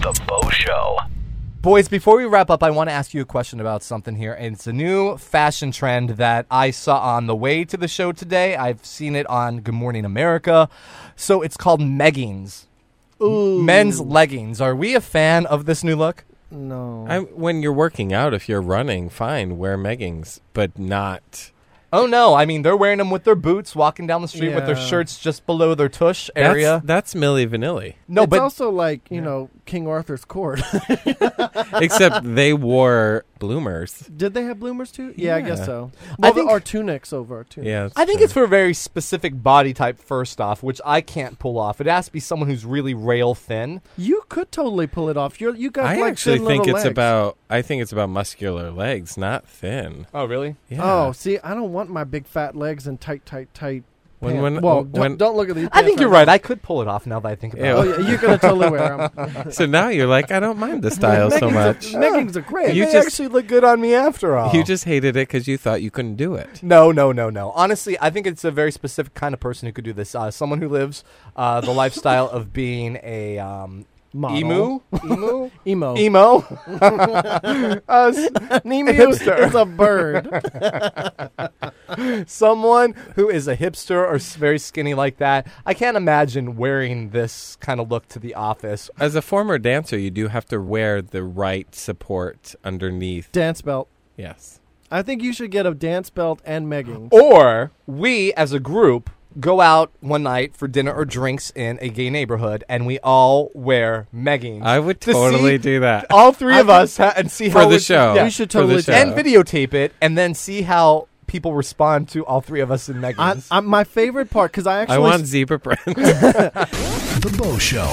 The Bo Show. Boys, before we wrap up, I want to ask you a question about something here. And it's a new fashion trend that I saw on the way to the show today. I've seen it on Good Morning America. So it's called meggings. Men's leggings. Are we a fan of this new look? No. I, when you're working out, if you're running, fine, wear meggings, but not. Oh no! I mean, they're wearing them with their boots, walking down the street with their Yeah. shirts just below their tush That's- area. That's, Millie Vanilli. no, it's but also like you know King Arthur's court. Except they wore bloomers. Did they have bloomers too? Yeah, I guess Yeah. so. I Well, think- our tunics over our tunics. Yeah, I think it's for a very specific body type. First off, which I can't pull off. It has to be someone who's really rail thin. You could totally pull it off. You're you got I like actually thin think little it's legs. about. I think it's about muscular legs, not thin. Oh really? Yeah. Oh, see, I don't want my big fat legs and tight, tight, tight. When- pant- when- well, don't, when- don't look at these. I pants think you're right. I could pull it off now that I think about Ew. now. it. Oh, yeah, you're gonna totally wear them. so now you're like, I don't mind the style so much. Leggings are great. You they just- actually look good on me after all. You just hated it because you thought you couldn't do it. No, no, no, no. Honestly, I think it's a very specific kind of person who could do this. Uh, someone who lives uh, the lifestyle of being a um, Model. emu, emu, Emo. emo, uh, s- Emu hipster. is a bird. someone who is a hipster or s- very skinny like that. I can't imagine wearing this kind of look to the office. As a former dancer, you do have to wear the right support underneath. dance belt. Yes. I think you should get a dance belt and megging. Oh, Or we, as a group, go out one night for dinner or drinks in a gay neighborhood, and we all wear meggings. I would To see totally do that. all three of us ha- and see For how the we- show. yeah. Oh, We should For the totally show. do and videotape it, and then see how people respond to all three of us in I, meggings. I, my favorite part because I actually I want zebra print. The Bo Show.